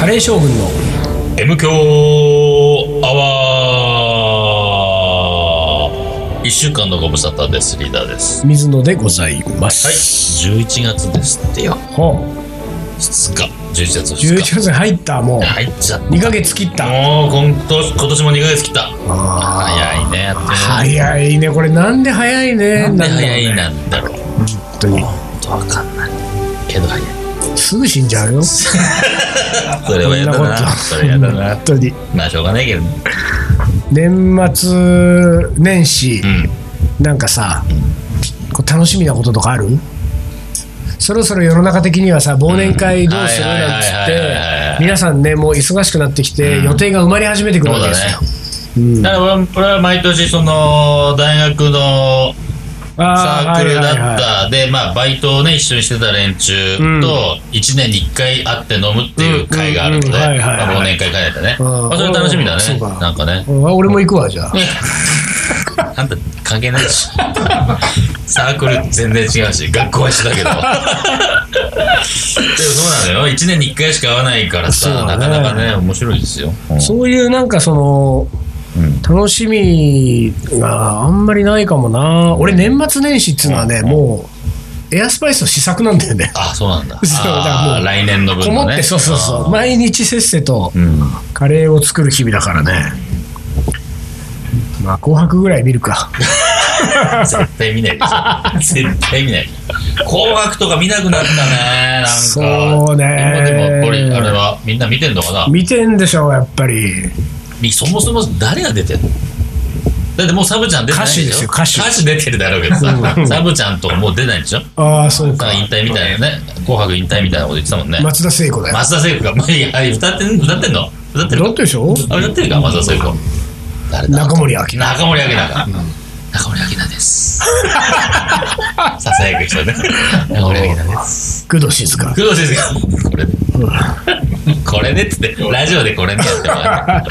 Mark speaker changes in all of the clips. Speaker 1: 大将軍の
Speaker 2: M 強アワー一週間のご無沙汰ですリーダーです
Speaker 1: 水野でございま
Speaker 2: はい
Speaker 1: す。
Speaker 2: 11月ですってよ
Speaker 1: は
Speaker 2: 2日11月
Speaker 1: い。11
Speaker 2: 2日
Speaker 1: 月に入った、もう。
Speaker 2: 入っちゃった
Speaker 1: 2ヶ月切った。
Speaker 2: もう今年今年も2ヶ月来た
Speaker 1: あ
Speaker 2: 早いねやって
Speaker 1: ー
Speaker 2: ね
Speaker 1: 早いね。これなんで早いね。
Speaker 2: なんで
Speaker 1: だろうね
Speaker 2: 早い。なんだろう
Speaker 1: 本当に。
Speaker 2: 本当わかんないけど早い
Speaker 1: すぐ死んじゃうよ。そ
Speaker 2: それはやだなそれやだな
Speaker 1: 本当に。
Speaker 2: まあしょうがないけどね
Speaker 1: 年末年始
Speaker 2: う、ん
Speaker 1: なんかさ、こう楽しみなこととかあるそろそろ世の中的にはさ忘年会どうする
Speaker 2: うんはい
Speaker 1: なんつっ
Speaker 2: はいはいはいはい
Speaker 1: て皆さんねもう忙しくなってきて
Speaker 2: うん
Speaker 1: 予定が埋まり始めてくる
Speaker 2: そう
Speaker 1: わけ
Speaker 2: だ
Speaker 1: です
Speaker 2: ね
Speaker 1: よ。うん
Speaker 2: だから俺は俺は毎年その大学のサ
Speaker 1: あ
Speaker 2: ークルだ
Speaker 1: はい
Speaker 2: った、
Speaker 1: はいはい
Speaker 2: で、まあ、バイトをね一緒にしてた連中
Speaker 1: うん
Speaker 2: と1年に1回会って飲むっていう会がある
Speaker 1: う
Speaker 2: ので
Speaker 1: んうんうんはいはいはい
Speaker 2: まあ忘年会会だね、
Speaker 1: うん
Speaker 2: まあ、それ楽しみだ
Speaker 1: そう
Speaker 2: ね
Speaker 1: か
Speaker 2: なん かね
Speaker 1: うんあ俺も行くわじゃあ
Speaker 2: あんた関係ないし サークル全然違うし学校は一緒だ けどでもそうなのよ1年に1回しか会わないからさ、
Speaker 1: そうだ
Speaker 2: な
Speaker 1: ね
Speaker 2: かなかね面白いですよ、うん
Speaker 1: そういうなんかその
Speaker 2: うん
Speaker 1: 楽しみがあんまりないかもな俺年末年始っつうのはねもうエアスパイスの試作なんだよね
Speaker 2: あそうなんだ
Speaker 1: そうだからもう
Speaker 2: あー来年の分の
Speaker 1: こ
Speaker 2: ね
Speaker 1: もってそうそうそう
Speaker 2: あ
Speaker 1: 毎日せっせと
Speaker 2: ーうん
Speaker 1: カレーを作る日々だからねまあ紅白ぐらい見るか
Speaker 2: 絶対見ないでしょ絶対見ない紅白とか見なくなったねなんか
Speaker 1: そうね
Speaker 2: 今でもやっぱりあれはみんな見てんのかな
Speaker 1: 見てんでしょやっぱり
Speaker 2: みそもそも誰が出てんのだってもうサブちゃん出てない
Speaker 1: 歌手ですよ歌手
Speaker 2: 出てるだろうけど
Speaker 1: う
Speaker 2: さ
Speaker 1: ん
Speaker 2: サブちゃんとかもう出ないんでしょ
Speaker 1: ああそう
Speaker 2: なん
Speaker 1: か
Speaker 2: か引退みたいなね紅白引退みたいなこと言ってたもんね
Speaker 1: 松田聖子だよ
Speaker 2: 松田聖子がまあいや歌ってん歌ってんの歌ってる
Speaker 1: だってでしょ
Speaker 2: あ歌ってるか松田聖子誰だ
Speaker 1: 中森明菜
Speaker 2: 中森明菜か、中森明菜です。ささやく人ね。中森明菜です。
Speaker 1: 工藤静香
Speaker 2: 工藤先生が、これで、これでっつって、ラジオでこれねやってもら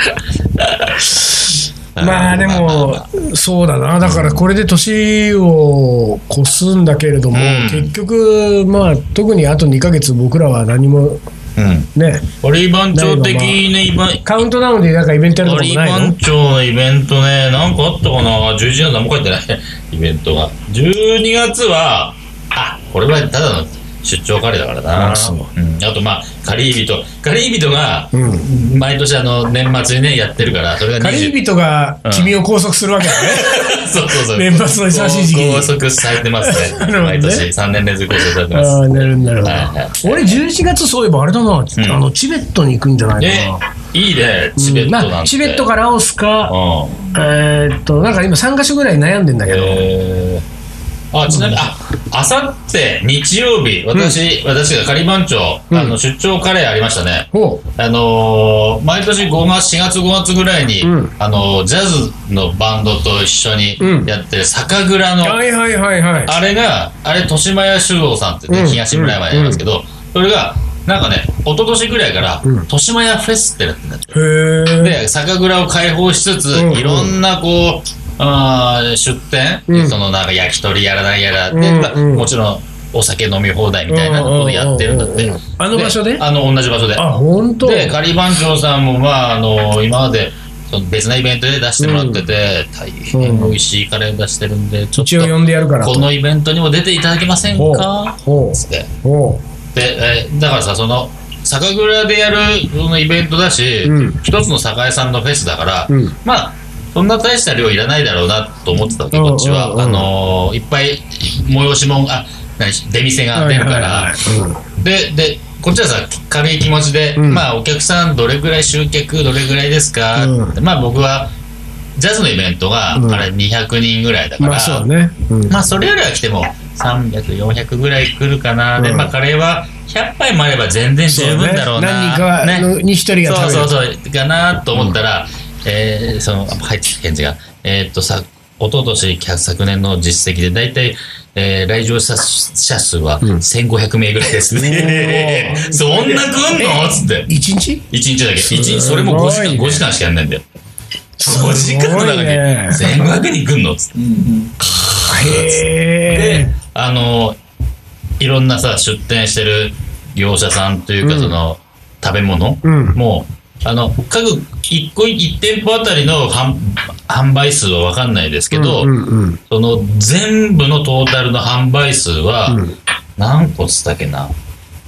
Speaker 2: う
Speaker 1: まあでも、そうだな、だからこれで年を越すんだけれども、
Speaker 2: うん
Speaker 1: 結局、まあ、特にあと2ヶ月、僕らは何も
Speaker 2: うん。
Speaker 1: ね、
Speaker 2: オリバン長的なイベン
Speaker 1: カウントダウンでなんかイベントやる
Speaker 2: ト、
Speaker 1: と
Speaker 2: オ
Speaker 1: かも
Speaker 2: リ
Speaker 1: ない
Speaker 2: バ
Speaker 1: の
Speaker 2: ン長のイベントね、なんかあったかな ?11 月何も書いて ない。イベントが。12月は、あ、これはただの出張カレーだからな。
Speaker 1: あそう
Speaker 2: うんあとまあ、カリービト。カリービトが、
Speaker 1: うん、
Speaker 2: 毎年あの年末にねやってるからそれが
Speaker 1: カリ
Speaker 2: 20
Speaker 1: ビトが君を拘束するわけ だね、
Speaker 2: そうそうそう
Speaker 1: 年末の忙しい時期に
Speaker 2: 拘束されてます
Speaker 1: な
Speaker 2: ね
Speaker 1: るほどね
Speaker 2: 毎年3年連続拘束されてま
Speaker 1: あ
Speaker 2: す
Speaker 1: あなるほどなるほ
Speaker 2: はいはい
Speaker 1: ど俺11月そういえばあれだな、
Speaker 2: ん
Speaker 1: あのチベットに行くんじゃない
Speaker 2: え
Speaker 1: かな、
Speaker 2: いいねチベット
Speaker 1: まあ
Speaker 2: なんて
Speaker 1: チベットかラオスか、
Speaker 2: うん
Speaker 1: えーっとなんか今3か所ぐらい悩んでんだけど、
Speaker 2: えーあちなみにああさって日曜日私、私が仮番長、あ
Speaker 1: う
Speaker 2: の出張カレーありましたね
Speaker 1: おう
Speaker 2: あのー毎年5月4月5月ぐらいに、
Speaker 1: うん
Speaker 2: あのージャズのバンドと一緒に
Speaker 1: うん
Speaker 2: やってる酒蔵の、
Speaker 1: はいはいはいはい
Speaker 2: あれが、あれ、豊島屋酒造さんってね、
Speaker 1: うん
Speaker 2: 東村山にありますけど、それが、なんかね、一昨年ぐらいから、
Speaker 1: うん
Speaker 2: 豊島屋フェスってやってんだって。
Speaker 1: へえ
Speaker 2: で、酒蔵を開放しつつ、
Speaker 1: うん
Speaker 2: いろんなこう、あー出店、
Speaker 1: うん
Speaker 2: そのなんか焼き鳥やらなんやらで、
Speaker 1: うん
Speaker 2: まあ
Speaker 1: うん
Speaker 2: もちろんお酒飲み放題みたいなことをやってるんだっ
Speaker 1: う
Speaker 2: て
Speaker 1: んうんうんうん。あの場所で
Speaker 2: あの、同じ場所で。
Speaker 1: あ本当
Speaker 2: で、仮番長さんも、まあ、あの、今まで、その別なイベントで出してもらってて、大変美味しいカレー出してるんで、ちょっ
Speaker 1: 一応
Speaker 2: と
Speaker 1: 呼んでやるからと
Speaker 2: このイベントにも出ていただけません
Speaker 1: ほう
Speaker 2: か
Speaker 1: ほ
Speaker 2: つって
Speaker 1: うほ
Speaker 2: で、えーだからさその酒蔵でやるそのイベントだし、
Speaker 1: うん
Speaker 2: 一つの酒屋さんのフェスだから、
Speaker 1: うん
Speaker 2: まあそんな大した量いらないだろうなと思ってたわけこっち
Speaker 1: うんう
Speaker 2: は、
Speaker 1: んうん
Speaker 2: あのーいっぱい催し物あ何出店
Speaker 1: う
Speaker 2: が出るから、
Speaker 1: はいはいはい
Speaker 2: ででこっちはさ軽い気持ちで、
Speaker 1: うん
Speaker 2: まあお客さんどれぐらい集客どれぐらいですか、
Speaker 1: うん
Speaker 2: ってまあ僕はジャズのイベントが、
Speaker 1: うん
Speaker 2: あれ200人ぐらいだ
Speaker 1: う
Speaker 2: か
Speaker 1: ん
Speaker 2: ら、
Speaker 1: まあそうだね、うん
Speaker 2: まあそれよりは来ても300400ぐらい来るかな、で
Speaker 1: うん
Speaker 2: まあカレーは100杯もあれば全然十分だろ
Speaker 1: そ
Speaker 2: うな
Speaker 1: ね何人かは、あ
Speaker 2: ね
Speaker 1: のに一人が食べる
Speaker 2: そうそうそうかなと思ったら、えーその入ってきた返事がえーっとさ一昨年昨年の実績で大体、えー、来場者者数は
Speaker 1: ん
Speaker 2: 1500名ぐらいですね、 そんな来んのつって
Speaker 1: 一日
Speaker 2: 1日だけ一日それも5時
Speaker 1: すごい
Speaker 2: 間
Speaker 1: ね
Speaker 2: 5時間しかやんないんだよ
Speaker 1: すご
Speaker 2: 5
Speaker 1: いね
Speaker 2: 時間の中に1500人来んのつって
Speaker 1: へ
Speaker 2: で、あの、いろんなさ、出店してる業者さんというか、
Speaker 1: うん
Speaker 2: その、食べ物
Speaker 1: うん
Speaker 2: もう、あの、各一個一店舗あたりの販販売数はわかんないですけど、
Speaker 1: うんうん
Speaker 2: その全部のトータルの販売数は、
Speaker 1: うん
Speaker 2: 何個っつったっけな、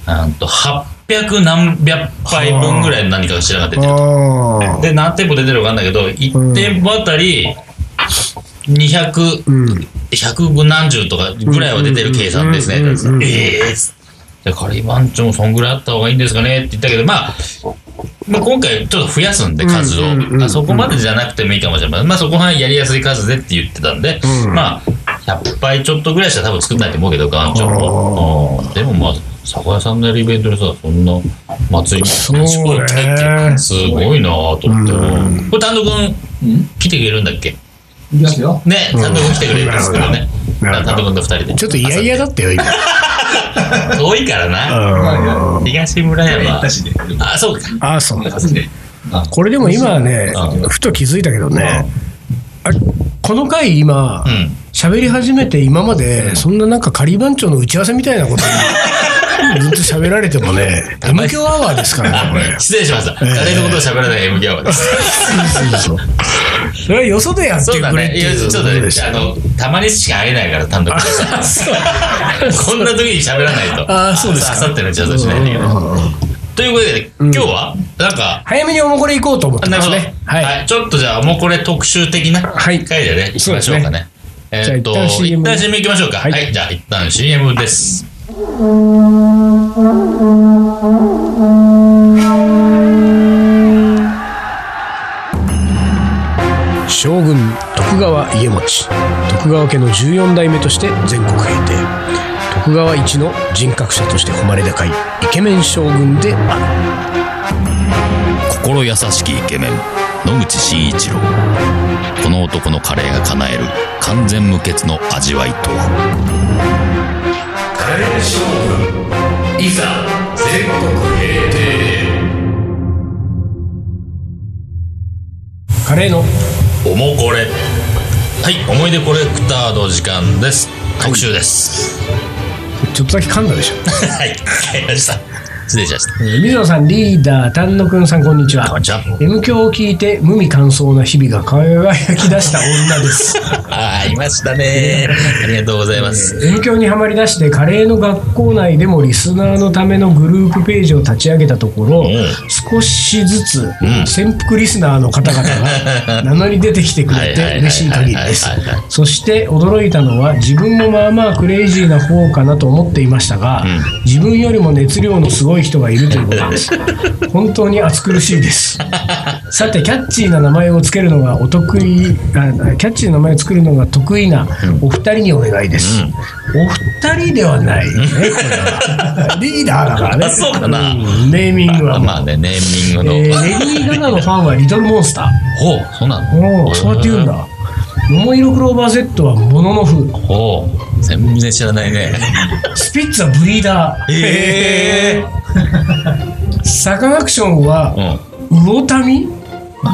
Speaker 2: うんと、800何百杯分ぐらいの何かが知らが出てる。
Speaker 1: ああ
Speaker 2: で、何店舗出てるかわかんないけど、1店舗あたり200、
Speaker 1: うん
Speaker 2: 100何十とかぐらいは出てる計算ですね。
Speaker 1: うんうんうんうん
Speaker 2: ええで、カリバンチョもそんぐらいあった方がいいんですかねって言ったけど、まあ、まあ、今回ちょっと増やすんで、数を。
Speaker 1: うんうんうんうん
Speaker 2: あそこまでじゃなくてもいいかもしれません。まあ、そこはやりやすい数でって言ってたんで、
Speaker 1: うん
Speaker 2: まあ、100杯ちょっとぐらいしか多分作んないと思うけど、ガンチョも。うんでもまあ、酒屋さんのやるイベントでさ、そんな祭りに
Speaker 1: そうね
Speaker 2: 持ってってすごいなぁと思って。うんこれ、丹野くん、来てくれるんだっけ
Speaker 3: いきますよ。
Speaker 2: ね、単独来てくれるんですけどね。
Speaker 1: なるほど
Speaker 2: 単独の二人で。
Speaker 1: ちょっと嫌々だったよ今
Speaker 2: 朝遠いからな。
Speaker 1: あ
Speaker 2: 東村
Speaker 3: 行っ
Speaker 2: 山
Speaker 3: た。しね。
Speaker 2: あ、そうか。
Speaker 1: あーそう
Speaker 3: ね。
Speaker 1: これでも今はね
Speaker 2: う
Speaker 1: ふと気づいたけどねあれこの回今
Speaker 2: うん。
Speaker 1: 喋り始めて今までそんななんか仮番長の打ち合わせみたいなことにず っと喋られてもね M 響アワーですからねこれ
Speaker 2: あ失礼しました。
Speaker 1: ええ
Speaker 2: 誰のことを喋らない M ギャワ です。
Speaker 1: それはよそでやって
Speaker 2: そうだ
Speaker 1: くれっ
Speaker 2: ね。
Speaker 1: て
Speaker 2: いや、
Speaker 1: い
Speaker 2: ち
Speaker 1: う
Speaker 2: ょっ
Speaker 1: ことと
Speaker 2: ね
Speaker 1: でし、
Speaker 2: あ
Speaker 1: た
Speaker 2: の、たまにしか会えないから、単独でこんな時に喋らないと。
Speaker 1: あそうですか
Speaker 2: あさっての打ち合わせしないんだけ
Speaker 1: うんうん
Speaker 2: ど。ということで、今日は、なんか、
Speaker 1: 早めにおもこれ行こうと思ってま
Speaker 2: なる
Speaker 1: す
Speaker 2: ほど
Speaker 1: ね。。はい。
Speaker 2: はい。ちょっとじゃあ、もうこれ特集的な
Speaker 1: は
Speaker 2: 回
Speaker 1: い
Speaker 2: でね、いきましょうかね。えーっと、
Speaker 1: じゃあ一旦
Speaker 2: 一
Speaker 1: CM
Speaker 2: 旦 CM 行きましょうか。は。
Speaker 1: はいい
Speaker 2: じゃあ、一旦 CM です。
Speaker 1: 将軍徳川家持徳川家の14代目として全国平定徳川一の人格者として誉れ高いイケメン将軍である
Speaker 2: 心優しきイケメン野口真一郎この男のカレーが叶える完全無欠の味わいとはカレー勝負いざ全国平定
Speaker 1: カレーの
Speaker 2: おもこれはい思い出コレクターの時間です特集です
Speaker 1: ちょっとだけ噛んだでしょ
Speaker 2: はいわかりました失礼しました
Speaker 1: えー水野さんリーダー丹野くんさんこんにちは
Speaker 2: こんにちは
Speaker 1: M 響を聞いて無味乾燥な日々が輝き出した女です
Speaker 2: あーいましたねありがとうございます、
Speaker 1: M 響にはまり出してカレーの学校内でもリスナーのためのグループページを立ち上げたところ、
Speaker 2: ん
Speaker 1: 少しずつ
Speaker 2: ん
Speaker 1: 潜伏リスナーの方々 が名乗り出てきてくれ
Speaker 2: はいはいはいはい
Speaker 1: て嬉しい限りです
Speaker 2: はいはい
Speaker 1: そして驚いたのは自分もまあまあクレイジーな方かなと思っていましたが、
Speaker 2: ん
Speaker 1: 自分よりも熱量のすごい人がいるということです 本当に暑苦しいですさてキャッチーな名前をつけるのがお得意あキャッチーな名前を作るのが得意なお二人にお願いです、お二人ではないねこれ はリーダーだからね
Speaker 2: あそうかな
Speaker 1: うんネーミングはもう
Speaker 2: まあねネーミング
Speaker 1: えー
Speaker 2: の、
Speaker 1: レディー・ガガのファンはリトルモンスタ
Speaker 2: ほうそうな
Speaker 1: ー。
Speaker 2: の
Speaker 1: おお、そうやって言うんだ。桃色クローバー Z はモノノフ。
Speaker 2: ほう全然知らないね
Speaker 1: スピッツはブリーダー。
Speaker 2: え
Speaker 1: サカナクションは
Speaker 2: ー、うん
Speaker 1: 魚民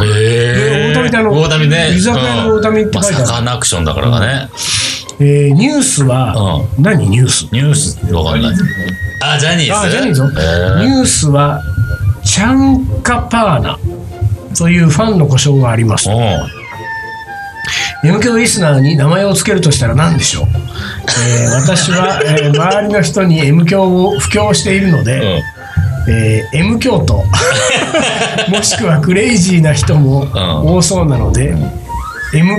Speaker 2: え
Speaker 1: で大谷だろ
Speaker 2: 大谷ね。
Speaker 1: 居酒屋の大谷って書いてある
Speaker 2: うんまあ、サカナクションだからね。
Speaker 1: えーニュースは、何ニュース
Speaker 2: ニュースわかんない。あ、ジャニーズ。
Speaker 1: あ、ジャニーズ、
Speaker 2: え
Speaker 1: ニュースは、チャンカパーナというファンの故障があります
Speaker 2: ー、。
Speaker 1: m k リスナーに名前を付けるとしたら何でしょう、えー私は、えー周りの人に M 響を布教しているので、
Speaker 2: うん。うん。
Speaker 1: えー M 教 徒もしくはクレイジーな人も多そうなので、M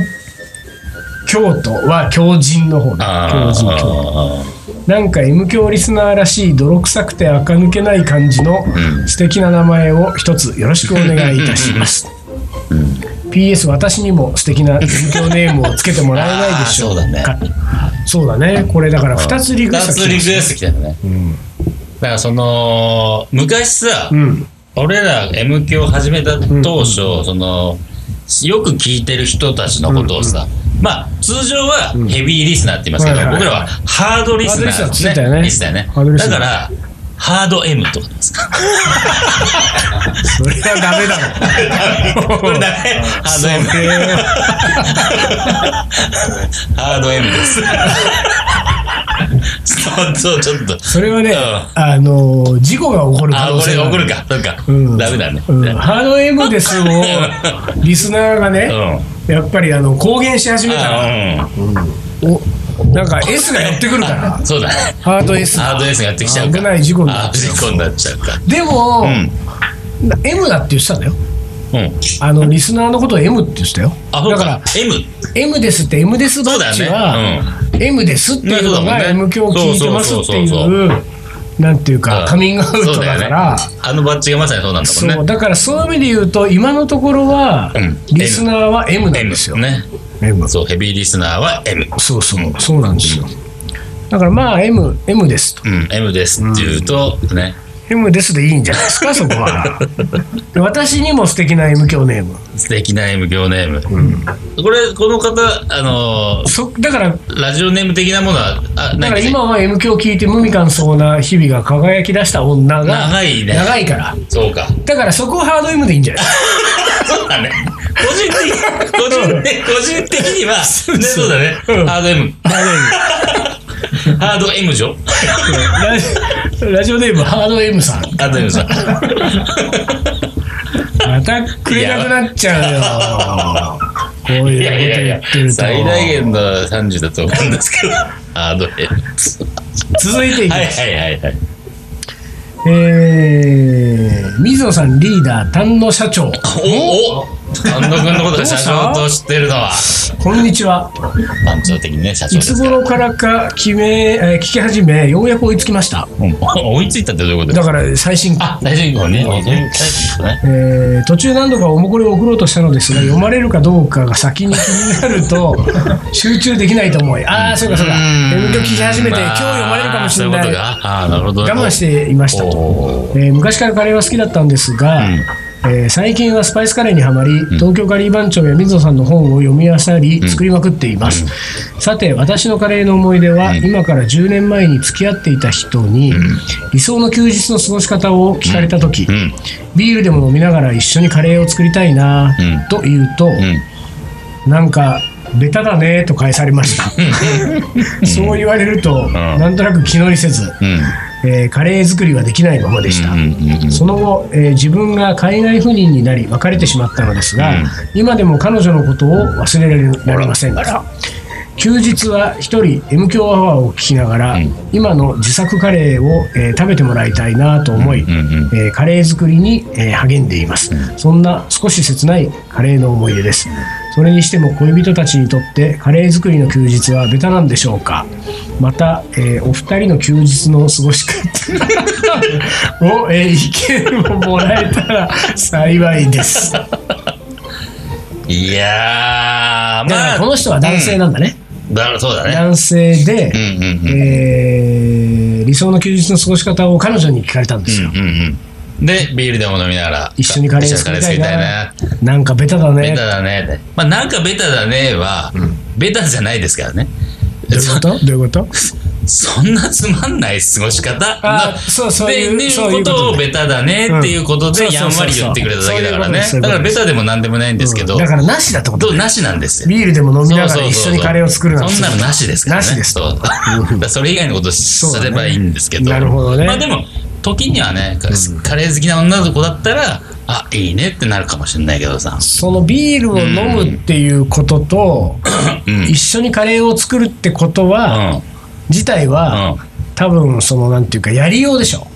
Speaker 1: 教徒は強人の方だ
Speaker 2: あ
Speaker 1: 強
Speaker 2: ー
Speaker 1: 人教徒なんか M 教リスナーらしい泥臭くて垢抜けない感じの
Speaker 2: うん
Speaker 1: 素敵な名前を一つよろしくお願いいたします、PS 私にも素敵な M 教ネームをつけてもらえないでしょうか
Speaker 2: あー
Speaker 1: そうだねこれだから2つリクエ
Speaker 2: 二
Speaker 1: スト
Speaker 2: つリクエスト来たのね。だからその、昔さ、
Speaker 1: うん
Speaker 2: 俺ら M 響始めた当初、そのよく聞いてる人たちのことをさ、まあ通常はヘビーリスナーって言いますけど、
Speaker 1: はいはいはい
Speaker 2: 僕らはハードリスナーで
Speaker 1: ハードリス
Speaker 2: すね
Speaker 1: ナーって言ってたよね
Speaker 2: リスナーね
Speaker 1: ハードリス
Speaker 2: だ
Speaker 1: ナ
Speaker 2: か
Speaker 1: ー
Speaker 2: らハード M とかですか
Speaker 1: それはダメ だろ
Speaker 2: これだねハード M ハード M ですそうそう、ちょっと。
Speaker 1: それはね、
Speaker 2: うん
Speaker 1: あのー事故が起こる可
Speaker 2: あ、
Speaker 1: 能
Speaker 2: 俺
Speaker 1: 性
Speaker 2: が
Speaker 1: があ
Speaker 2: 怒るか。そうか。
Speaker 1: うん
Speaker 2: ダメだね。
Speaker 1: うんハード M ですをリスナーがね、やっぱりあの公言し始めたら、
Speaker 2: あうん
Speaker 1: おなんか S が寄ってくるから、
Speaker 2: そうだね。
Speaker 1: ハード S
Speaker 2: ハードエースがやってきちゃうか。
Speaker 1: 危ない事故に
Speaker 2: あ事故になっちゃうか。
Speaker 1: でも、
Speaker 2: う
Speaker 1: な M だって言ってたんだよ
Speaker 2: ん。うん。
Speaker 1: あのリスナーのことを M って言ってたよ
Speaker 2: あ、そう
Speaker 1: だから
Speaker 2: か。M。
Speaker 1: M ですって M ですバッジは、M ですっていうの
Speaker 2: ね
Speaker 1: が
Speaker 2: そうだもん
Speaker 1: M
Speaker 2: ね
Speaker 1: 教を聞いてますって
Speaker 2: そうそうそ
Speaker 1: いうなんていうかカミングアウ
Speaker 2: そ
Speaker 1: ト
Speaker 2: う
Speaker 1: だ
Speaker 2: よね
Speaker 1: から
Speaker 2: あのバッジがまさにそうなんだも
Speaker 1: そ
Speaker 2: ん
Speaker 1: う
Speaker 2: ね。
Speaker 1: だからそういう意味で言うと今のところは、
Speaker 2: うん
Speaker 1: リスナーは M なん
Speaker 2: M
Speaker 1: ですよ、
Speaker 2: ね。
Speaker 1: M
Speaker 2: そう、ヘビーリスナーは M。
Speaker 1: そうそうそうなんですよだからまあ M, M ですと
Speaker 2: うん、M ですって言うと、ね。
Speaker 1: M ですでいいんじゃない ですかそこはで私にも素敵な M 教ネーム
Speaker 2: 素敵な M 行ネーム。これ、この方、あの
Speaker 1: そだから
Speaker 2: ー、ラジオネーム的なものは、あ、
Speaker 1: だ
Speaker 2: な
Speaker 1: から
Speaker 2: いですね
Speaker 1: 今は M 響聞いて無味乾燥な日々が輝き出した女が
Speaker 2: 長いね
Speaker 1: 長いから
Speaker 2: そうか。
Speaker 1: だからそこはハード M でいいんじゃない
Speaker 2: そうだね。個人的に、個人的個人的には、ね、そうだね
Speaker 1: うん。
Speaker 2: ハード M。ハ ード M じょ
Speaker 1: ラ ジラジオネームハード M さん
Speaker 2: ハード M さん。
Speaker 1: またくれなくなっちゃうよこう
Speaker 2: い
Speaker 1: いう
Speaker 2: やいやい
Speaker 1: ことやっ
Speaker 2: や
Speaker 1: てる、と
Speaker 2: 最大限の30だと思うんですけど。ハード M。
Speaker 1: 続いていき
Speaker 2: はい
Speaker 1: ます、
Speaker 2: はいはいはい。
Speaker 1: えー、水野さんリーダー丹野社長
Speaker 2: おお丹野君のことが社長と知ってるのは
Speaker 1: こんにちは
Speaker 2: 番長的にね社長
Speaker 1: い
Speaker 2: で
Speaker 1: つ
Speaker 2: すから
Speaker 1: 頃からか決め、えー聞き始めようやく追いつきました
Speaker 2: うん追いついたってどういうこと
Speaker 1: だから最新刊
Speaker 2: あ大丈夫ねそういうタイプね
Speaker 1: えー途中何度かおもこれを送ろうとしたのですが読まれるかどうかが先に気になる と集中できないと思いああそうかそうか勉強聞き始めて今日読まれるかもしれ
Speaker 2: あー
Speaker 1: な
Speaker 2: そ
Speaker 1: い
Speaker 2: ういうことかあーなるほど
Speaker 1: 我慢していましたと、
Speaker 2: おー
Speaker 1: えー昔からカレーは好きだったんですが、
Speaker 2: うん
Speaker 1: えー最近はスパイスカレーにはまり、東京カリー番長や水野さんの本を読み漁り、作りまくっています、さて私のカレーの思い出は、今から10年前に付き合っていた人に、理想の休日の過ごし方を聞かれた時、
Speaker 2: うん
Speaker 1: ビールでも飲みながら一緒にカレーを作りたいな
Speaker 2: うん
Speaker 1: と言うと、
Speaker 2: うん
Speaker 1: なんかベタだねと返されました そう言われると、なんとなく気乗りせず、
Speaker 2: うん
Speaker 1: えーカレー作りはできないままでした、
Speaker 2: うんうんうん
Speaker 1: その後、えー自分が海外赴任になり別れてしまったのですが、
Speaker 2: うん
Speaker 1: 今でも彼女のことを忘れられません休日は一人 M 強アワーを聞きながら、今の自作カレーを、えー食べてもらいたいなと思い、
Speaker 2: んうん
Speaker 1: えーカレー作りに、えー励んでいます、そんな少し切ないカレーの思い出ですそれにしても恋人たちにとってカレー作りの休日はベタなんでしょうかまた、えーお二人の休日の過ごし方を、えー 意見をもらえたら幸い ですだか
Speaker 2: いやーま
Speaker 1: ら
Speaker 2: あ
Speaker 1: この人は男性なんだね、
Speaker 2: だそうだね
Speaker 1: 男性で、
Speaker 2: うんうんうん
Speaker 1: えー理想の休日の過ごし方を彼女に聞かれたんですよ、
Speaker 2: うんうんうんでビールでも飲みながら
Speaker 1: 一緒にカレー
Speaker 2: 一
Speaker 1: 作りたいな
Speaker 2: な
Speaker 1: なんかベタだ
Speaker 2: ベ
Speaker 1: ね
Speaker 2: タだねまあなんかベタだねはベタじゃないですからね
Speaker 1: どういうことどういうこと
Speaker 2: そんなつまんない過ごし方
Speaker 1: あ
Speaker 2: な
Speaker 1: そうそう
Speaker 2: で
Speaker 1: いう
Speaker 2: って
Speaker 1: そう
Speaker 2: い
Speaker 1: いうう
Speaker 2: こ
Speaker 1: ことと
Speaker 2: を
Speaker 1: ね
Speaker 2: ベタだねっていうこと
Speaker 1: う
Speaker 2: で
Speaker 1: ん
Speaker 2: やんわり言ってくれただけだから
Speaker 1: そ
Speaker 2: ね
Speaker 1: うそうそうそう
Speaker 2: だからベタでも何でもないん ですけど
Speaker 1: だからなしだってこと
Speaker 2: どうなしなんですよ
Speaker 1: ビールでも飲みながら一
Speaker 2: そ
Speaker 1: 緒
Speaker 2: うそうそうそう
Speaker 1: にカレーを作るなんて
Speaker 2: そんなのなしですからね
Speaker 1: なしです
Speaker 2: そうだから それ以外のことすればいいんですけ
Speaker 1: そ
Speaker 2: ど
Speaker 1: うだねなるほどね
Speaker 2: まあでも時にはねカカレー好きな女の子だったらあいいねってなるかもしれないけどさ
Speaker 1: そのビールを飲むっていうことと、
Speaker 2: うん
Speaker 1: 一緒にカレーを作るってことは、
Speaker 2: うん
Speaker 1: 自体は、
Speaker 2: うん
Speaker 1: 多分そのなんていうかやりようでしょ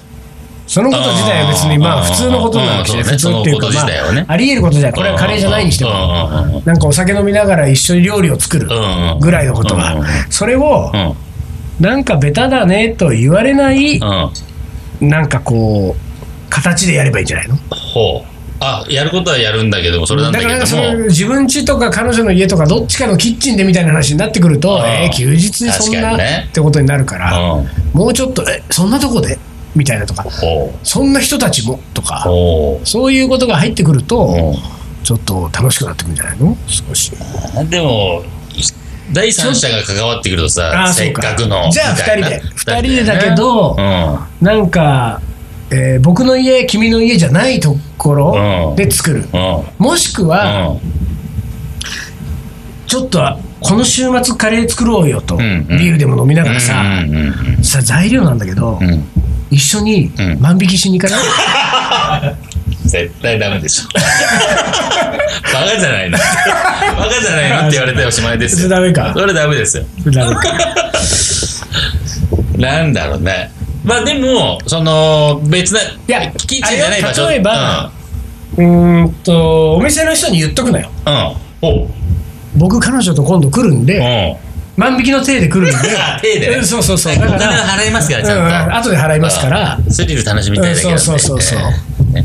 Speaker 1: そのこと自体は別に
Speaker 2: うん
Speaker 1: まあ普通のことなわけじゃない
Speaker 2: うん
Speaker 1: 普通っていうか
Speaker 2: そうねそのこと自体はね
Speaker 1: まああり得ることじゃないこれはカレーじゃないにしても
Speaker 2: うんうんうん
Speaker 1: なんかお酒飲みながら一緒に料理を作る
Speaker 2: うんうん
Speaker 1: ぐらいのこと
Speaker 2: う
Speaker 1: が
Speaker 2: んうん
Speaker 1: それを
Speaker 2: うん
Speaker 1: なんかベタだねと言われない
Speaker 2: うん
Speaker 1: なんかこう形でやればいいんじゃないの
Speaker 2: ほうあやることはやるんだけどもそれなんだ
Speaker 1: だ
Speaker 2: け
Speaker 1: からなんか
Speaker 2: ど
Speaker 1: その
Speaker 2: も
Speaker 1: 自分家とか彼女の家とかどっちかのキッチンでみたいな話になってくると、
Speaker 2: うん
Speaker 1: えー休日にそん
Speaker 2: 確か
Speaker 1: な、
Speaker 2: にね
Speaker 1: ってことになるから、
Speaker 2: うん
Speaker 1: もうちょっとえそんなとこでみたいなとか
Speaker 2: ほう
Speaker 1: そんな人たちもとか、
Speaker 2: ほう
Speaker 1: そういうことが入ってくると、
Speaker 2: ほう
Speaker 1: ちょっと楽しくなってくるんじゃないの少し
Speaker 2: でも第三者が関わってくるとさ
Speaker 1: あ
Speaker 2: せ
Speaker 1: そ
Speaker 2: っ
Speaker 1: うか
Speaker 2: かくの
Speaker 1: じゃあ
Speaker 2: みたいな
Speaker 1: 二人で二人でだけど
Speaker 2: うん
Speaker 1: なんか、えー僕の家君の家じゃないとこ
Speaker 2: う
Speaker 1: ろ
Speaker 2: ん
Speaker 1: で作る、
Speaker 2: うん
Speaker 1: もしくは、ちょっとはこの週末カレー作ろうよと、
Speaker 2: んうん
Speaker 1: ビールでも飲みながらさ、
Speaker 2: うんうんうんうん
Speaker 1: さ材料なんだけど、
Speaker 2: うん。
Speaker 1: 一緒に
Speaker 2: うん
Speaker 1: 万引きしに行かない、
Speaker 2: 絶対ダメでしょ。 バカじゃないの。バカじゃないのって言われておしまいですよ。
Speaker 1: それダメか
Speaker 2: それ ダメですよ。
Speaker 1: ダメか
Speaker 2: なんだろうね。まあでも、その、別な、い
Speaker 1: いや
Speaker 2: キッチンじゃない場所。
Speaker 1: あれよ例えばうーんとお店の人に言っとくなよ
Speaker 2: うん。うん。おう。
Speaker 1: 僕彼女と今度来るんで、
Speaker 2: うん。
Speaker 1: 万引きの手で来るんで
Speaker 2: あ手でね
Speaker 1: うんそうそうそう
Speaker 2: お金は払いますから、ちゃん
Speaker 1: うん
Speaker 2: と。
Speaker 1: 後で払いますから
Speaker 2: うん。スリル楽 しみたいだ
Speaker 1: う
Speaker 2: けなん
Speaker 1: ん
Speaker 2: で
Speaker 1: そうそうそうそう。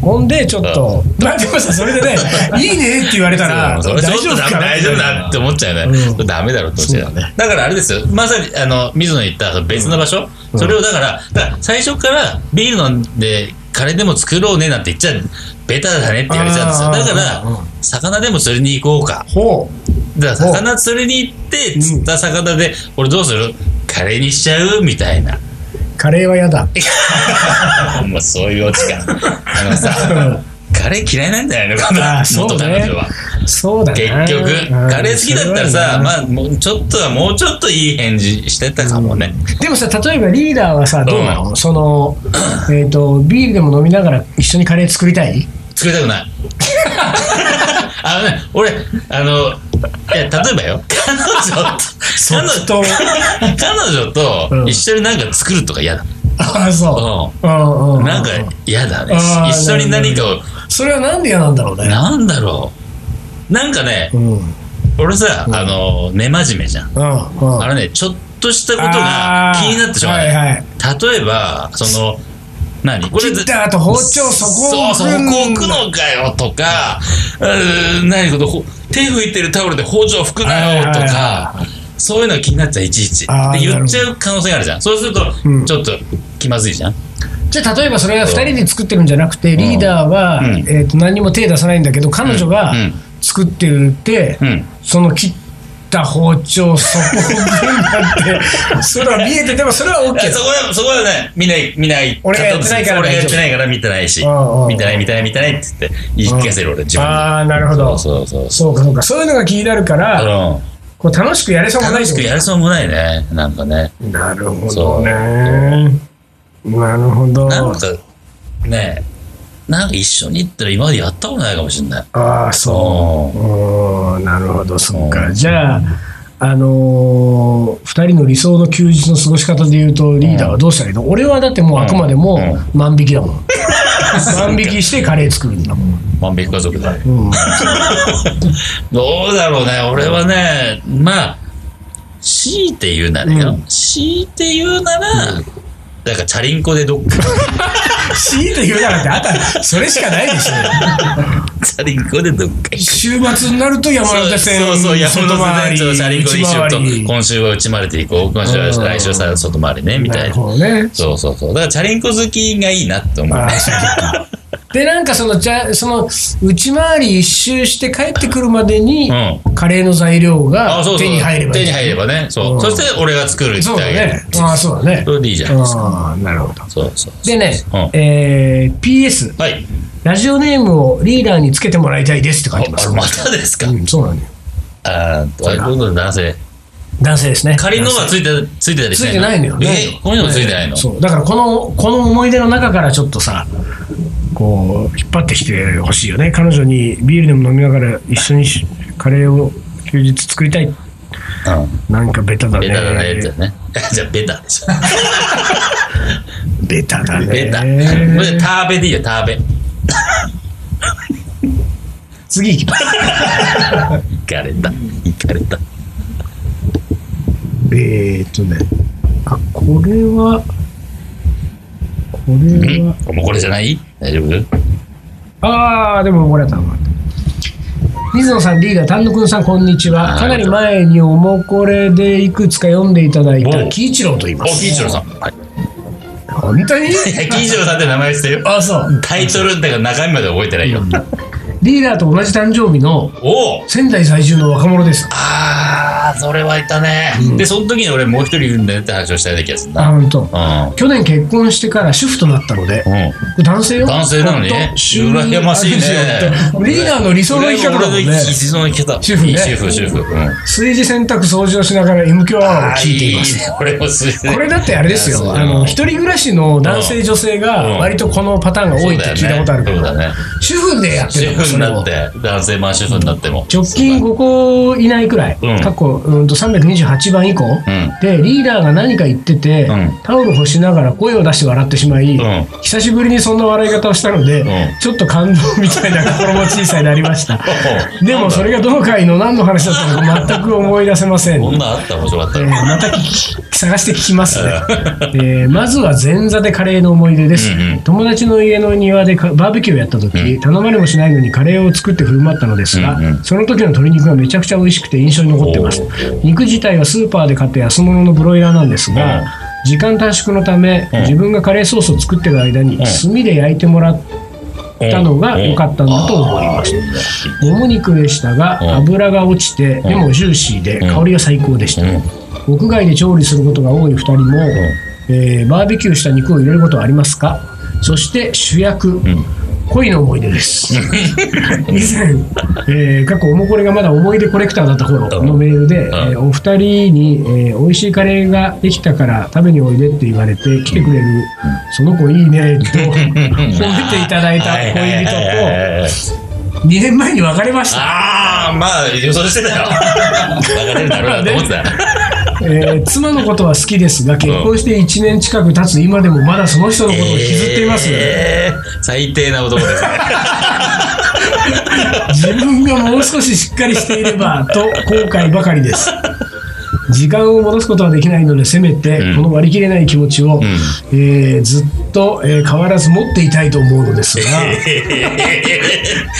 Speaker 1: ほんで、ちょっと、まあでもさ、それ でね、いいねって言われたら、
Speaker 2: そう
Speaker 1: 大
Speaker 2: それ
Speaker 1: 丈
Speaker 2: ちょ
Speaker 1: 夫
Speaker 2: っ
Speaker 1: か
Speaker 2: とダ
Speaker 1: な
Speaker 2: メ大丈夫だって思っちゃう
Speaker 1: う
Speaker 2: よね
Speaker 1: ん。
Speaker 2: それダメだろうって思っちゃう
Speaker 1: そうだ
Speaker 2: ね。だからあれですよ。まさに、あの、水野言ったその別の場所。それをだから、だから最初からビール飲んで、カレーでも作ろうねなんて言っちゃう。ベタだねって言われちゃうんですよ。だ
Speaker 1: あー
Speaker 2: から、魚でも釣りに行こうか。
Speaker 1: ほ
Speaker 2: だから魚釣りに行って、釣った魚で、俺どうするカレーにしちゃうみたいな。
Speaker 1: う、カレーは嫌だ。
Speaker 2: もうそういうオチか。 あのさ、カレー嫌いなんじゃないのか
Speaker 1: あ
Speaker 2: な
Speaker 1: ー、そう
Speaker 2: 元
Speaker 1: ね
Speaker 2: 彼女は。
Speaker 1: そうだ
Speaker 2: 結
Speaker 1: な
Speaker 2: 局、
Speaker 1: うん
Speaker 2: カレー好きだったら
Speaker 1: それは
Speaker 2: さ、
Speaker 1: ね
Speaker 2: まあ、もうちょっとは、もうちょっといい返事してたかもね。
Speaker 1: でもさ、例えばリーダーはさ、どうな
Speaker 2: う
Speaker 1: のその、えっと、ビールでも飲みながら一緒にカレー作りたい
Speaker 2: 作りたく ない。あのね、俺、あの、いや、例えばよ、彼女と、彼女と、
Speaker 1: と。
Speaker 2: 彼女と一緒になんか作るとか嫌だ。
Speaker 1: ああ、そう。うんうう
Speaker 2: なんか嫌だね
Speaker 1: あ。ー
Speaker 2: 一緒に何かを、
Speaker 1: それはなんで嫌なんだろうね。
Speaker 2: なんだろう。なんかね
Speaker 1: う、ん。うん。うん。
Speaker 2: 俺さ、あの、根真面目じゃん。あ
Speaker 1: あ
Speaker 2: のね、ちょっとしたことが気になってしょうがない。
Speaker 1: ーはいはい。
Speaker 2: 例えばその何こ
Speaker 1: 切った後包丁そこを
Speaker 2: そう
Speaker 1: 置
Speaker 2: そ
Speaker 1: くんだ
Speaker 2: こ置くのかよとかうーん何このほ手拭いてるタオルで包丁拭くなよと
Speaker 1: はいはい
Speaker 2: かそういうのが気になっちゃういちいち
Speaker 1: あー
Speaker 2: で言っちゃう可能性があるじゃんそうすると
Speaker 1: うん
Speaker 2: ちょっと気まずいじゃん、
Speaker 1: じゃあ例えばそれが2人で作ってるんじゃなくてリーダーは、
Speaker 2: うん
Speaker 1: えー、と何も手出さないんだけど彼女が
Speaker 2: うん
Speaker 1: 作ってるって、
Speaker 2: うん
Speaker 1: その切った包丁そこなん てそれは見えててもそれは OK
Speaker 2: いやそこはそこはね見ない見ない
Speaker 1: 俺がやってないから
Speaker 2: 俺が
Speaker 1: 大丈夫
Speaker 2: やってないから見てないし
Speaker 1: うんうん
Speaker 2: 見てない見てない見てないって言って言い聞かせる俺自分で
Speaker 1: ああなるほど
Speaker 2: そうそうそ
Speaker 1: そう
Speaker 2: う
Speaker 1: かそうかそういうのが気になるか
Speaker 2: あ
Speaker 1: ら
Speaker 2: の
Speaker 1: こう楽しくやれそうもない
Speaker 2: 楽しくやれそうもないねなんかね
Speaker 1: なるほ
Speaker 2: そ
Speaker 1: ど
Speaker 2: う
Speaker 1: ねなるほど
Speaker 2: なんかねなんか一緒に行ったら今までやったことないかもしれない。
Speaker 1: ああそう
Speaker 2: う
Speaker 1: おーなるほどそう
Speaker 2: う
Speaker 1: かじゃああのー、2人の理想の休日の過ごし方でいうとリーダーはどうしたらいいの、俺はだってもうあくまでも
Speaker 2: う
Speaker 1: 万引き だもん、万引きしてカレー作るんだもん、
Speaker 2: ん。万引き家族だ。
Speaker 1: うん、
Speaker 2: どうだろうね。俺はね、まあ、強いて言うならよ。
Speaker 1: うん
Speaker 2: 強いて言うなら、なんかチャリンコでどっか、
Speaker 1: 強いて言うならってあたそれしかないでしょ
Speaker 2: チャリンコでどっか行く。
Speaker 1: 週末になると山
Speaker 2: そう
Speaker 1: 手線
Speaker 2: そうそう、山手
Speaker 1: 外回り
Speaker 2: 線ちょっとチャリンコで一周
Speaker 1: 内回
Speaker 2: と、
Speaker 1: り
Speaker 2: 今週は内回りで行こう、今週
Speaker 1: う
Speaker 2: は
Speaker 1: ん
Speaker 2: 来週は外回りね、みた
Speaker 1: ないる
Speaker 2: な。
Speaker 1: ほどね
Speaker 2: そうそうそう。だからチャリンコ好きがいいなって思う
Speaker 1: あ。あそうかでなんかそのじゃその内回り一周して帰ってくるまでに、
Speaker 2: う
Speaker 1: カレーの材料
Speaker 2: あ
Speaker 1: が
Speaker 2: そうそう
Speaker 1: 手に入ればいい
Speaker 2: 手に入ればね。そう。
Speaker 1: うん
Speaker 2: そして俺が作るって
Speaker 1: そうだ
Speaker 2: あげる
Speaker 1: ね。ああ、そうだね
Speaker 2: そ。れでいいじゃないですか。
Speaker 1: ああ、なるほど。
Speaker 2: そうそう。
Speaker 1: でね、
Speaker 2: うん
Speaker 1: えー PS、
Speaker 2: はい。
Speaker 1: ラジオネームをリーダーにつけてもらいたいですって書
Speaker 2: あ、
Speaker 1: いてます。
Speaker 2: またですか。
Speaker 1: うん、そうなのよ。
Speaker 2: あーということで男性。
Speaker 1: 男性ですね。
Speaker 2: 仮のはついてついてたり
Speaker 1: つ
Speaker 2: しない
Speaker 1: てないのよ。ない
Speaker 2: え、こういうのもついてないの。
Speaker 1: そう。だからこの、この思い出の中からちょっとさ、こう、引っ張ってきてほしいよね。彼女にビールでも飲みながら一緒にしカレーを休日作りたい。
Speaker 2: うん。
Speaker 1: なんかベタだね。
Speaker 2: ベタだねってね。 じゃあベタでしょ。
Speaker 1: ベタだね。
Speaker 2: ベタ。これでターベでいいよターベ。
Speaker 1: 次行き ます。
Speaker 2: いかれた。いかれた。
Speaker 1: えー、っとね、あ、これは、これは、
Speaker 2: もうこれじゃない？大丈夫？
Speaker 1: あー、でもこれは多分。水野さん、リーダー、丹野くんさん、こんにちは。
Speaker 2: はい
Speaker 1: かなり前におもこれでいくつか読んでいただい
Speaker 2: お
Speaker 1: た、
Speaker 2: う
Speaker 1: 喜一郎と言い
Speaker 2: お
Speaker 1: ます。
Speaker 2: キイチロさん。はい。
Speaker 1: 本当に
Speaker 2: いやキイチロさんって名前してる。
Speaker 1: あ、そう。
Speaker 2: タイトルだから中身まで覚えてないよ。
Speaker 1: リーダーと同じ誕生日の
Speaker 2: おお
Speaker 1: 仙台在住の若者です。
Speaker 2: あー、それはいたね。で、その時に俺もう一人いるんだよって話をしたいだけやつ
Speaker 1: あ、
Speaker 2: な。
Speaker 1: 本当。
Speaker 2: う
Speaker 1: 去年結婚してから主婦となったので、
Speaker 2: ん。うん。
Speaker 1: 男性よ。
Speaker 2: 男性なのにね。羨ましいね。
Speaker 1: リーダーの理想の生き方だもん
Speaker 2: 俺の
Speaker 1: ね
Speaker 2: 理。想の生き方。
Speaker 1: 主婦ね
Speaker 2: いい主婦、主婦。うん。
Speaker 1: 炊事洗濯掃除をしながら M 響アワーを聞いています。
Speaker 2: あー。いいね俺もす
Speaker 1: これだってあれですよ、あの一人暮らしの男性、女性が割とこのパターンが多いって聞いたことあるけ
Speaker 2: そう
Speaker 1: ど
Speaker 2: だ、ね。
Speaker 1: 主婦でやって
Speaker 2: 主
Speaker 1: るの
Speaker 2: 婦
Speaker 1: そ
Speaker 2: に
Speaker 1: れ
Speaker 2: な
Speaker 1: を
Speaker 2: っ。て、男性マン主婦になっても。
Speaker 1: 直近5個以内くらい、
Speaker 2: うん
Speaker 1: 過去うんと328番以降、
Speaker 2: ん
Speaker 1: でリーダーが何か言ってて、
Speaker 2: うん
Speaker 1: タオル干しながら声を出して笑ってしまい、
Speaker 2: うん
Speaker 1: 久しぶりにそんな笑い方をしたので、
Speaker 2: ん
Speaker 1: ちょっと感動みたいな心持ちいさになりま したでもそれがどの回の何の話だったのか全く思い出せません
Speaker 2: こんなんあったら面白かった
Speaker 1: えー
Speaker 2: な
Speaker 1: また聞き探して聞きますね、えーまずは前座でカレーの思い出です、
Speaker 2: うんうん
Speaker 1: 友達の家の庭でかバーベキューをやった時、頼まれもしないのにカレーを作って振る舞ったのですが、
Speaker 2: うんうん
Speaker 1: その時の鶏肉がめちゃくちゃ美味しくて印象に残ってます肉自体はスーパーで買った安物のブロイラーなんですが、
Speaker 2: うん
Speaker 1: 時間短縮のため、
Speaker 2: うん
Speaker 1: 自分がカレーソースを作ってる間に、
Speaker 2: ん
Speaker 1: 炭で焼いてもらったのが良かったんだと思います、もも肉でしたが、
Speaker 2: うん
Speaker 1: 油が落ちてでもジューシーで
Speaker 2: うん
Speaker 1: 香りが最高でした、
Speaker 2: うん
Speaker 1: 屋外で調理することが多い2人も、えーバーベキューした肉を入れることはありますかそして主役、恋の思い出 です。以前、えー過去おもこれがまだ思い出コレクターだった頃のメールで、
Speaker 2: ん
Speaker 1: えーお二人に、えー美味しいカレーができたから食べにおいでって言われて来てくれる、その子いい ねと褒めていただいた恋人と
Speaker 2: 人と。
Speaker 1: 2年前に別れました。
Speaker 2: ああ、まあ、予想してたよ。流れるだろうなと思ってた。
Speaker 1: えー妻のことは好きですが結婚して1年近く経つ今でもまだその人のことを引きずっています、
Speaker 2: えー最低な男ですね。
Speaker 1: 自分がもう少ししっかりしていればと後悔ばかりです時間を戻すことはできないのでせめて
Speaker 2: うん
Speaker 1: この割り切れない気持ちを、
Speaker 2: ん
Speaker 1: えーずっと、えー変わらず持っていたいと思うのです が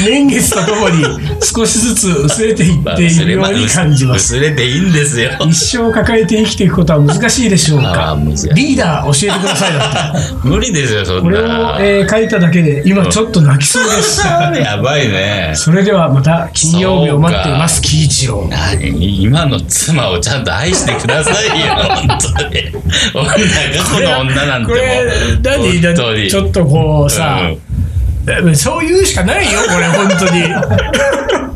Speaker 1: 年月とともに少しずつ薄れていっているように感じます
Speaker 2: 薄れていいんですよ。
Speaker 1: 一生抱えて生きていくことは難しいでしょう
Speaker 2: あ
Speaker 1: か
Speaker 2: ー難しい
Speaker 1: リーダー教えてくださいだって
Speaker 2: 無理ですよ、そ
Speaker 1: こ
Speaker 2: ん
Speaker 1: れを、
Speaker 2: な。
Speaker 1: えー書いただけで今ちょっと泣きそうです。
Speaker 2: やばいね。
Speaker 1: それではまた金曜日を待っています、喜一郎。
Speaker 2: 何今の妻をちゃんと愛してくださいよ、本当に。女がこの女なん
Speaker 1: こ
Speaker 2: てもう。
Speaker 1: れ、何
Speaker 2: 本当に
Speaker 1: ちょっとこうさ、
Speaker 2: うん
Speaker 1: そういうしかないよ、これ、本当 に。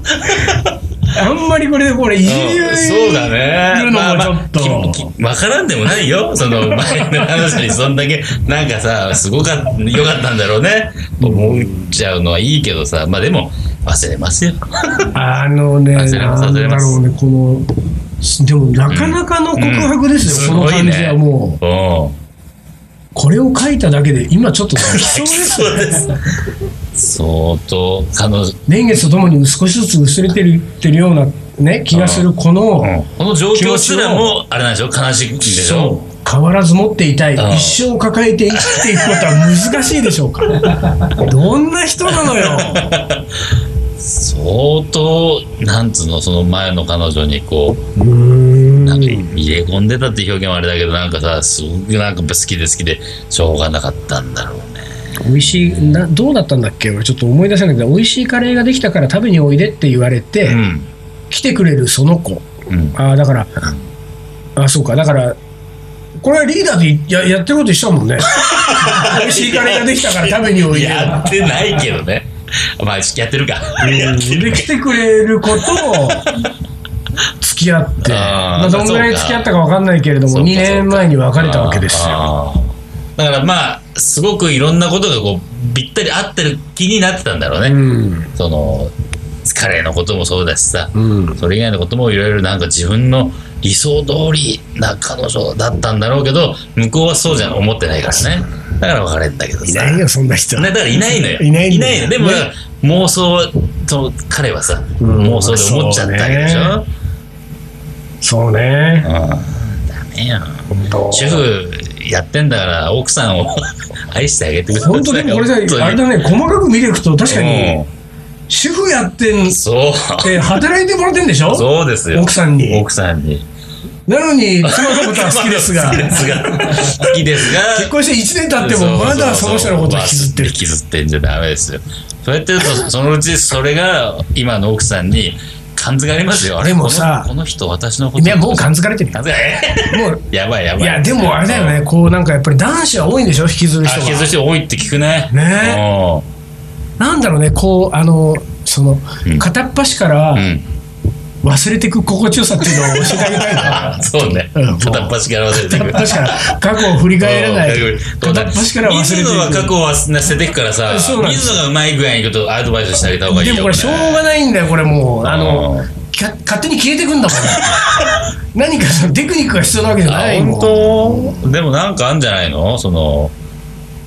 Speaker 1: あんまりこれ、これ、いじり
Speaker 2: うんそうだね。
Speaker 1: るのもちょっと。
Speaker 2: まあまあききわからんでもないよ。その前の話にそんだけ、なんかさ、すごかった、良かったんだろうね。思っちゃうのはいいけどさ、まあでも、忘れますよ。
Speaker 1: あのね、
Speaker 2: 忘れます
Speaker 1: なんだろうね、この、でもなかなかの告白ですよ、
Speaker 2: うん
Speaker 1: この感じはもう。
Speaker 2: うん。
Speaker 1: これを書いただけで今ちょっと泣きそうですよ
Speaker 2: そうです。相当、彼女、
Speaker 1: 年月とともに少しずつ薄れてるってるような、ね、気がするこの、
Speaker 2: この状況すらも、あれなんでしょ悲しいんでしょ
Speaker 1: そう変わらず持っていたい、
Speaker 2: うん
Speaker 1: 一生抱えて生きていくことは難しいでしょ うかどんな人なのよ
Speaker 2: 相当なんつうのその前の彼女にこうなんか入れ込んでたって表現はあれだけどなんかさすごくなんか好きで好きでしょうがなかったんだろうね
Speaker 1: 美味しいなどうだったんだっけ俺ちょっと思い出せないけど美味しいカレーができたから食べにおいでって言われて、来てくれるその子
Speaker 2: うんうん
Speaker 1: ああだからあそうかだからこれはリーダーでややってること一緒だもん ね美味しいカレーができたから食べにおいで
Speaker 2: やってないけどねまあやってるかやって
Speaker 1: で
Speaker 2: る
Speaker 1: 来てくれることを付き合って、
Speaker 2: あー
Speaker 1: まあ、どんぐらい付き合ったか分かんないけれども2年前に別れたわけですよ。
Speaker 2: よだからまあすごくいろんなことがこうぴったり合ってる気になってたんだろうね、
Speaker 1: うん
Speaker 2: その疲れのこともそうだしさ、
Speaker 1: うん
Speaker 2: それ以外のこともいろいろなんか自分の理想通りな彼女だったんだろうけど向こうはそうじゃ思ってないからねだから別れんだけど
Speaker 1: い
Speaker 2: さ
Speaker 1: ないよそんな人
Speaker 2: ね、だからいないのよ
Speaker 1: いない
Speaker 2: い
Speaker 1: ん
Speaker 2: な
Speaker 1: だ
Speaker 2: い
Speaker 1: よ
Speaker 2: のでも、
Speaker 1: ね
Speaker 2: 妄想と彼はさ、
Speaker 1: ん
Speaker 2: 妄想で思っちゃったわけでしょ、
Speaker 1: そうそうね
Speaker 2: ダメよ
Speaker 1: 本当
Speaker 2: 主婦やってんだから奥さんを 愛してあげてください
Speaker 1: 本当でもこれさ
Speaker 2: 本当に
Speaker 1: あれだね細かく見ていくと確か
Speaker 2: う
Speaker 1: に
Speaker 2: ん
Speaker 1: 主婦やってんっ
Speaker 2: そう
Speaker 1: て働いてもらってんでしょ
Speaker 2: そうですよ
Speaker 1: 奥さんに
Speaker 2: 奥さんに
Speaker 1: なのに妻のことは好きですが
Speaker 2: 好きですが好きですが
Speaker 1: 結婚して1年経ってもまだその人のことを引きずってる
Speaker 2: 引きずってんじゃダメですよ。そうやってるとそのうちそれが今の奥さんに感づかれますよあれ
Speaker 1: でもさ
Speaker 2: このこの人私のこと
Speaker 1: いやもう感づかれてるよ
Speaker 2: 感づかれ
Speaker 1: もう
Speaker 2: やばいやばい
Speaker 1: いやでもあれだよねこうなんかやっぱり男子は多いんでしょ引きずる
Speaker 2: あ
Speaker 1: 人が
Speaker 2: 削る人多いって聞くね
Speaker 1: ねなんだろうねこうあのその
Speaker 2: うん
Speaker 1: 片っ端から
Speaker 2: う んうん
Speaker 1: 忘れてく心地よさっていうのを教えてあげたいな
Speaker 2: あそうね
Speaker 1: うん
Speaker 2: 片っ端から忘れて
Speaker 1: 片っ
Speaker 2: くる
Speaker 1: 端から過去を振り返らない片
Speaker 2: そう
Speaker 1: っ
Speaker 2: だ
Speaker 1: 端から忘れて
Speaker 2: 水野は過
Speaker 1: い
Speaker 2: 去を忘れてくからさ
Speaker 1: そうなんです
Speaker 2: 水野がうまい具合にことアドバイスしてあげた方がいい
Speaker 1: く
Speaker 2: よ
Speaker 1: でもこれしょうがないんだよこれもうあの
Speaker 2: うん
Speaker 1: か勝手に消えてくんだもん 何かそのテクニックが必要なわけじゃない
Speaker 2: あ
Speaker 1: もん
Speaker 2: 本当でもなんかあんじゃないのその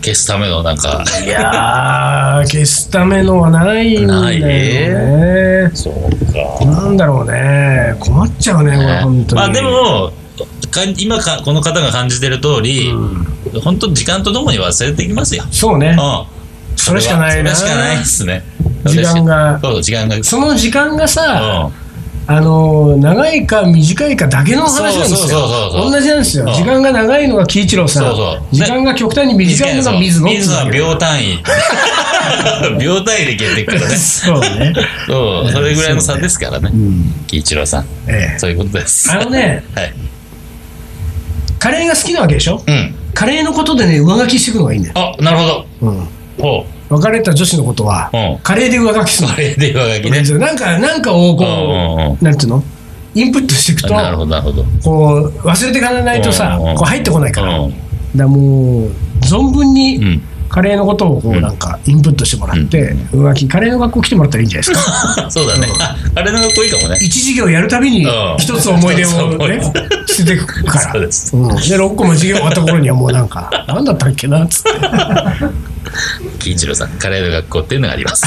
Speaker 2: 消すためのなんか
Speaker 1: いやー消すためのはないんだよね
Speaker 2: そうか
Speaker 1: なんだろうね困っちゃうねこれ本当に
Speaker 2: まあでもか今かこの方が感じてる通り、本当時間とともに忘れていきますよ、
Speaker 1: そうね
Speaker 2: うん、
Speaker 1: それしかないな
Speaker 2: それしかないですね
Speaker 1: 時間が
Speaker 2: そう時間が
Speaker 1: その時間がさ、
Speaker 2: うん
Speaker 1: あの長いか短いかだけの話なんですよ
Speaker 2: そうそうそうそう
Speaker 1: 同じなんですよ、
Speaker 2: うん
Speaker 1: 時間が長いのが喜一郎さん
Speaker 2: そうそう
Speaker 1: 時間が極端に短いのが水野ってい
Speaker 2: 水野
Speaker 1: う
Speaker 2: は
Speaker 1: わけ
Speaker 2: 秒単 位秒単位で消えていくからね
Speaker 1: そう ね、
Speaker 2: そうそれぐらいの差ですからね喜一郎さん
Speaker 1: ええ
Speaker 2: そういうことです
Speaker 1: あのね
Speaker 2: はい
Speaker 1: カレーが好きなわけでしょ
Speaker 2: うん
Speaker 1: カレーのことでね上書きしていくのがいいんだよ、
Speaker 2: あなるほど
Speaker 1: うん、
Speaker 2: ほ
Speaker 1: 別れた女子のことは、
Speaker 2: うん
Speaker 1: カレーで上書きす
Speaker 2: う
Speaker 1: る
Speaker 2: これで上書きね
Speaker 1: の、なんかなんかをこう、
Speaker 2: うんうんうん
Speaker 1: なんていうのインプットしていく
Speaker 2: あ
Speaker 1: と
Speaker 2: なるほどなるほど
Speaker 1: こう忘れていかないとさ、
Speaker 2: うんうん
Speaker 1: こう入ってこないから、
Speaker 2: う
Speaker 1: だか
Speaker 2: ん
Speaker 1: らもう存分に、
Speaker 2: うん
Speaker 1: カレーのことをこうなんかインプットしてもらって、浮気カレーの学校来てもらったらいいんじゃない ですか
Speaker 2: そうだね。ああれの学校いいかもね。
Speaker 1: 一授業やるたびに
Speaker 2: うん
Speaker 1: 一つ思い 出をね
Speaker 2: 一つ思
Speaker 1: 捨ててくから
Speaker 2: そうです
Speaker 1: んで6個も授業終わった頃にはもうなんかなんだったっけなっ つって
Speaker 2: 喜一郎さん、カレーの学校っていうのがあります。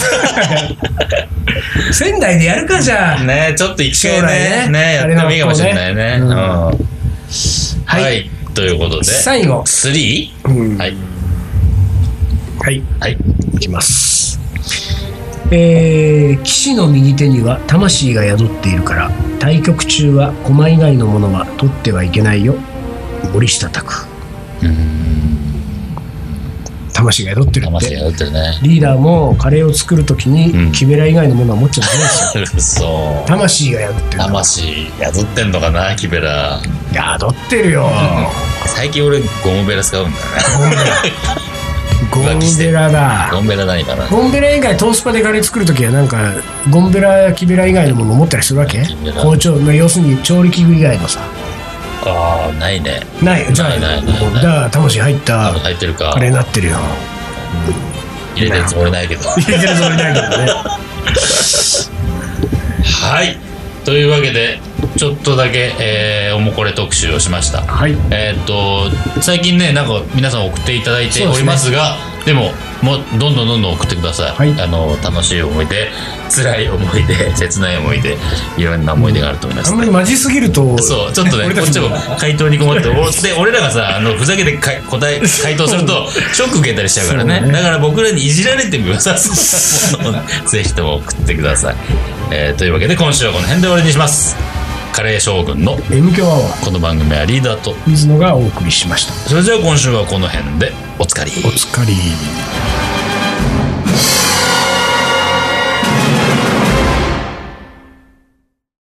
Speaker 1: 仙台でやるかじゃあ、
Speaker 2: ねちょっと一
Speaker 1: 将来
Speaker 2: 回ね、
Speaker 1: ね
Speaker 2: ねやってもいいかもしれない
Speaker 1: カ
Speaker 2: ね。
Speaker 1: レー
Speaker 2: うん
Speaker 1: の学
Speaker 2: はい、
Speaker 1: はい、
Speaker 2: ということで。
Speaker 1: 最後
Speaker 2: 3?
Speaker 1: うん
Speaker 2: はい。
Speaker 1: はい
Speaker 2: はい。
Speaker 1: いきますえー、騎士の右手には魂が宿っているから対局中は駒以外のものは取ってはいけないよ森下拓魂が宿ってるって
Speaker 2: 魂が宿ってるね。
Speaker 1: リーダーもカレーを作るとき
Speaker 2: うん
Speaker 1: に木べら以外のものは持っちゃダメですよ。
Speaker 2: そう。
Speaker 1: 魂が宿ってる。
Speaker 2: 魂宿ってんのかな、木べら。
Speaker 1: 宿ってるよ。
Speaker 2: 最近俺、ゴムベラ使うんだよね。
Speaker 1: ゴンベラだ。
Speaker 2: ゴムベラ何かな。
Speaker 1: ゴンベラ以外トースパでカレー作るときはなんかゴンベラや木べら以外のもの持ったりするわけ
Speaker 2: 木べら
Speaker 1: 包丁まあ要するに調理器具以外のさ
Speaker 2: ああ、ないね。
Speaker 1: ないじゃあ
Speaker 2: ないないないない
Speaker 1: だから魂入った
Speaker 2: 入ってるか
Speaker 1: カ。レーになってるよ
Speaker 2: 入れてるつもりないけど。
Speaker 1: 入れてるつもりないけどね
Speaker 2: はい。というわけで、ちょっとだけ、えーおもこれ特集をしました。
Speaker 1: はい
Speaker 2: えーっと、最近ね、なんか皆さん送っていただいておりますが、でも、もうどんどんどんどん送ってください。
Speaker 1: はい
Speaker 2: あの、楽しい思い出、辛い思い出、切ない思い出、いろんな思い出があると思いま
Speaker 1: あ
Speaker 2: す
Speaker 1: んま。りマジすぎると
Speaker 2: そう、ちょっとね、
Speaker 1: 俺
Speaker 2: こ
Speaker 1: た
Speaker 2: っち
Speaker 1: ち
Speaker 2: も
Speaker 1: も
Speaker 2: 回答に困って、おで、俺らがさ、あの、ふざけてか答え、回答すると、ショック受けたりしちゃうからね。
Speaker 1: そうね
Speaker 2: だから僕らにいじられてく ださい。ものをぜひとも送ってください。えーというわけで、今週はこの辺で終わりにします。カレー将軍の
Speaker 1: M 強アワー
Speaker 2: この番組はリーダーと、
Speaker 1: 水野がお送りしました
Speaker 2: それでは今週はこの辺で、おつかり。
Speaker 1: お疲れ